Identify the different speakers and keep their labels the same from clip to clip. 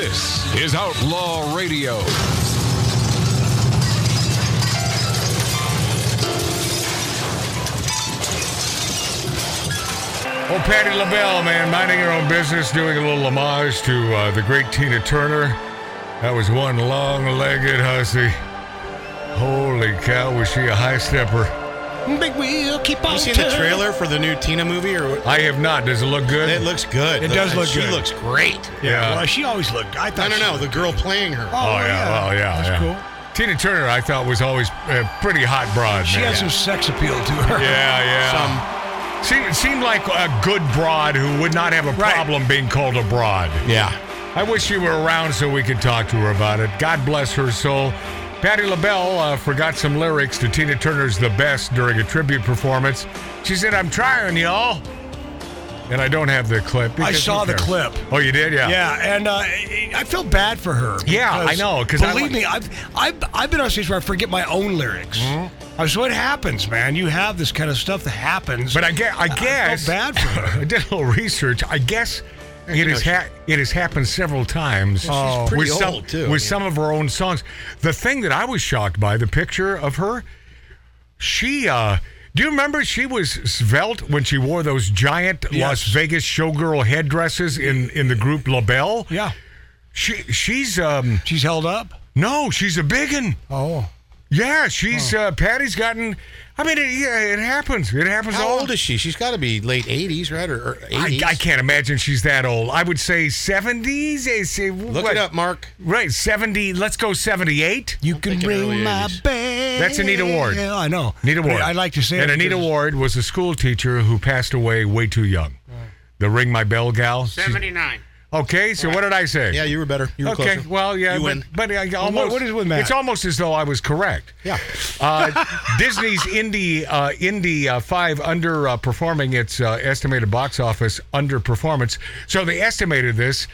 Speaker 1: is Outlaw Radio.
Speaker 2: Oh, Patty LaBelle, man, minding her own business, doing a little homage to uh, the great Tina Turner. That was one long legged hussy. Holy cow, was she a high stepper?
Speaker 3: Big wheel, keep on.
Speaker 4: Have you seen the
Speaker 3: turning.
Speaker 4: trailer for the new Tina movie? Or what?
Speaker 2: I have not. Does it look good?
Speaker 4: it looks good.
Speaker 3: It
Speaker 4: The-
Speaker 3: does look
Speaker 4: she
Speaker 3: good.
Speaker 4: looks great.
Speaker 2: yeah.
Speaker 3: Well, she always looked. I thought.
Speaker 4: I don't
Speaker 3: she
Speaker 4: know.
Speaker 3: looked-
Speaker 4: The girl playing her.
Speaker 3: Oh,
Speaker 2: Oh, yeah.
Speaker 3: yeah.
Speaker 2: Well, yeah.
Speaker 3: That's
Speaker 2: yeah.
Speaker 3: cool.
Speaker 2: Tina Turner, I thought, was always a pretty hot broad.
Speaker 3: She
Speaker 2: man.
Speaker 3: had some sex appeal to her.
Speaker 2: Yeah,
Speaker 4: Um,
Speaker 2: yeah. She seemed like a good broad who would not have a
Speaker 3: Right.
Speaker 2: problem being called a broad.
Speaker 4: Yeah.
Speaker 2: I wish she were around so we could talk to her about it. God bless her soul. Patti LaBelle uh, forgot some lyrics to Tina Turner's The Best during a tribute performance. She said, I'm trying, y'all. And I don't have the clip. because who
Speaker 3: saw the
Speaker 2: cares?
Speaker 3: clip.
Speaker 2: Oh, you did? Yeah.
Speaker 3: Yeah, and uh, I I feel bad for her.
Speaker 2: Yeah, I know, 'cause I
Speaker 3: believe
Speaker 2: like-
Speaker 3: me, I've, I've I've been on stage where I forget my own lyrics.
Speaker 2: Mm-hmm.
Speaker 3: Uh, So it happens, man. You have this kind of stuff that happens.
Speaker 2: But I guess, I guess
Speaker 3: bad for her.
Speaker 2: I did a little research. I guess it has ha- it has happened several times
Speaker 4: she's
Speaker 2: with
Speaker 4: pretty
Speaker 2: some
Speaker 4: old, too,
Speaker 2: with
Speaker 4: yeah.
Speaker 2: some of her own songs. The thing that I was shocked by the picture of her, she. uh do you remember she was svelte when she wore those giant Las
Speaker 3: Yes.
Speaker 2: Vegas showgirl headdresses in, in the group La Belle?
Speaker 3: yeah,
Speaker 2: She she's um
Speaker 3: she's held up.
Speaker 2: no, she's a biggin.
Speaker 3: Oh,
Speaker 2: Yeah, she's
Speaker 4: Oh.
Speaker 2: uh, Patty's gotten I mean it, yeah, it happens. It happens
Speaker 4: How
Speaker 2: all
Speaker 4: old is she? She's got to be late 80s, right? Or, or 80s.
Speaker 2: I, I can't imagine she's that old. I would say 70s. I say,
Speaker 4: Look it up, Mark.
Speaker 2: Right, 70. Let's go 78.
Speaker 3: you can
Speaker 4: thinking
Speaker 3: ring
Speaker 4: early
Speaker 3: my
Speaker 4: 80s.
Speaker 3: bell.
Speaker 2: That's Anita Ward.
Speaker 3: Yeah, I know.
Speaker 2: Anita Ward.
Speaker 3: I like to say.
Speaker 2: And
Speaker 3: it
Speaker 2: Anita
Speaker 3: because-
Speaker 2: Ward was a school teacher who passed away way too young. The Ring My Bell gal. She's-
Speaker 5: 79.
Speaker 2: Okay, so what did I say?
Speaker 4: Yeah, you were better. You were
Speaker 2: Okay,
Speaker 4: closer.
Speaker 2: well, yeah,
Speaker 4: You
Speaker 2: but,
Speaker 4: win.
Speaker 2: but I almost,
Speaker 3: what is with Matt?
Speaker 2: It's almost as though I was correct.
Speaker 4: Yeah.
Speaker 2: Uh, Disney's Indie uh, Indie uh, Five underperforming its uh, estimated box office underperformance. So they estimated this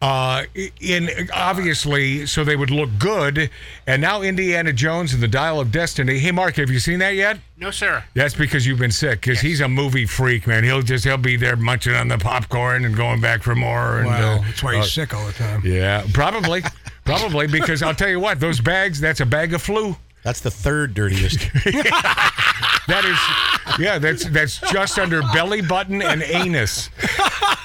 Speaker 2: uh, in obviously so they would look good. And now Indiana Jones and the Dial of Destiny. Hey, Mark, have you seen that yet?
Speaker 5: No, sir.
Speaker 2: That's because you've been sick. Because he's a movie freak, man. He'll just he'll be there munching on the popcorn and going back for more. And,
Speaker 3: Well,
Speaker 2: uh,
Speaker 3: that's why you're sick all the time.
Speaker 2: yeah, probably. probably because I'll tell you what, those bags, that's a bag of flu.
Speaker 4: That's the third dirtiest.
Speaker 2: That is Yeah, that's that's just under belly button and anus.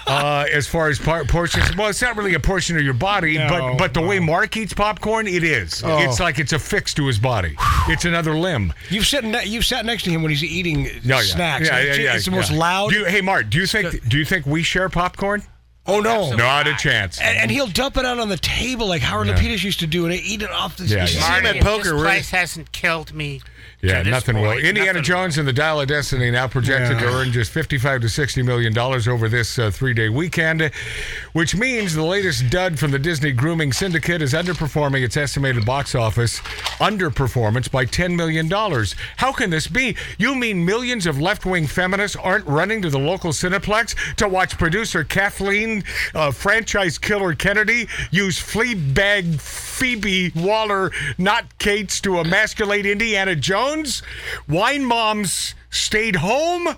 Speaker 2: Uh, as far as par- portions, well, it's not really a portion of your body, but but the way Mark eats popcorn, it is.
Speaker 3: Oh.
Speaker 2: It's like it's affixed to his body. It's another limb.
Speaker 3: You've sat ne- you've sat next to him when he's eating
Speaker 2: No, Oh, yeah.
Speaker 3: snacks.
Speaker 2: Yeah, yeah,
Speaker 3: it's,
Speaker 2: yeah,
Speaker 3: it's the most
Speaker 2: yeah.
Speaker 3: loud.
Speaker 2: Do you- hey, Mark, do you think do you think we share popcorn?
Speaker 3: oh no.
Speaker 2: Not a chance.
Speaker 3: And, and he'll dump it out on the table like Howard Lapidus used to do, and he'd eat it off the.
Speaker 2: Yeah,
Speaker 3: you
Speaker 2: yeah.
Speaker 3: see him
Speaker 5: Marty,
Speaker 3: at
Speaker 5: if
Speaker 3: poker,
Speaker 5: this
Speaker 3: right?
Speaker 5: place hasn't killed me.
Speaker 2: Yeah,
Speaker 5: to this
Speaker 2: nothing will.
Speaker 5: point,
Speaker 2: Indiana
Speaker 5: nothing
Speaker 2: Jones and the Dial of Destiny now projected to earn just fifty-five to sixty million dollars over this uh, three-day weekend, which means the latest dud from the Disney grooming syndicate is underperforming its estimated box office underperformance by ten million dollars. How can this be? You mean millions of left-wing feminists aren't running to the local Cineplex to watch producer Kathleen uh, franchise killer Kennedy use Fleabag Phoebe Waller, not Cates, to emasculate Indiana Jones? Wine moms stayed home?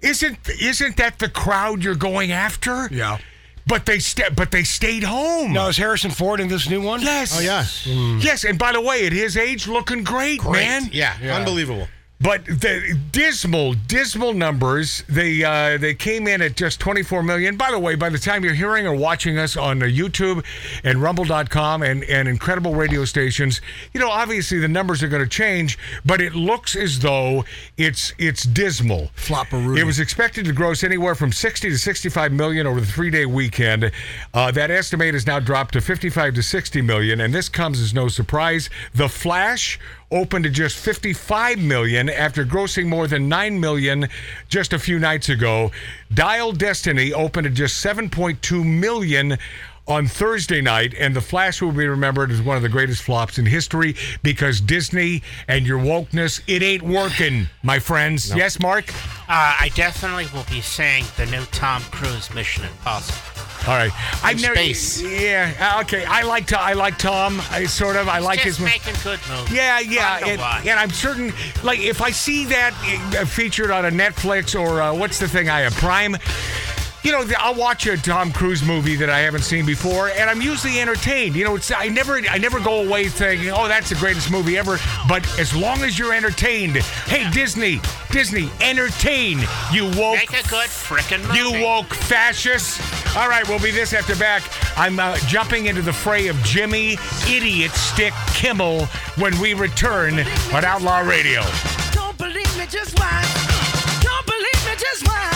Speaker 2: Isn't isn't that the crowd you're going after?
Speaker 3: Yeah.
Speaker 2: But they sta- but they stayed home.
Speaker 3: Now is Harrison Ford in this new one?
Speaker 2: Yes.
Speaker 4: Oh, yeah.
Speaker 2: Yes, and by the way, at his age, looking great, man.
Speaker 4: Yeah, Unbelievable.
Speaker 2: But the dismal, dismal numbers. They uh, they came in at just 24 million. By the way, by the time you're hearing or watching us on uh, YouTube and Rumble.com and and incredible radio stations, you know obviously the numbers are going to change. But it looks as though it's it's dismal.
Speaker 3: Flopperoo.
Speaker 2: It was expected to gross anywhere from 60 to 65 million over the three-day weekend. Uh, that estimate has now dropped to 55 to 60 million, and this comes as no surprise. The Flash opened to just 55 million after grossing more than 9 million just a few nights ago. Dial Destiny opened at just 7.2 million on Thursday night, and The Flash will be remembered as one of the greatest flops in history because Disney and your wokeness, it ain't working, my friends. Yes, Mark?
Speaker 5: Uh, I definitely will be saying the new Tom Cruise Mission Impossible.
Speaker 2: All right, I've never.
Speaker 4: space.
Speaker 2: Yeah. uh, Okay. I like to. I like Tom. I sort of. I like
Speaker 5: Just
Speaker 2: his.
Speaker 5: making good movies.
Speaker 2: yeah,
Speaker 5: I
Speaker 2: yeah,
Speaker 5: know
Speaker 2: and,
Speaker 5: why.
Speaker 2: and I'm certain. Like, eh, if I see that uh, featured on a Netflix or uh, what's the thing I have Prime, you know, I'll watch a Tom Cruise movie that I haven't seen before, and I'm usually entertained. You know, it's I never I never go away thinking, oh, that's the greatest movie ever. But as long as you're entertained, hey Disney, Disney, entertain you woke
Speaker 5: Make a good frickin' movie.
Speaker 2: you woke fascists. All right, we'll be this after back. I'm uh, jumping into the fray of Jimmy Idiot Stick Kimmel when we return on Outlaw Radio.
Speaker 1: Don't believe me, just watch. Don't believe me, just watch. oh.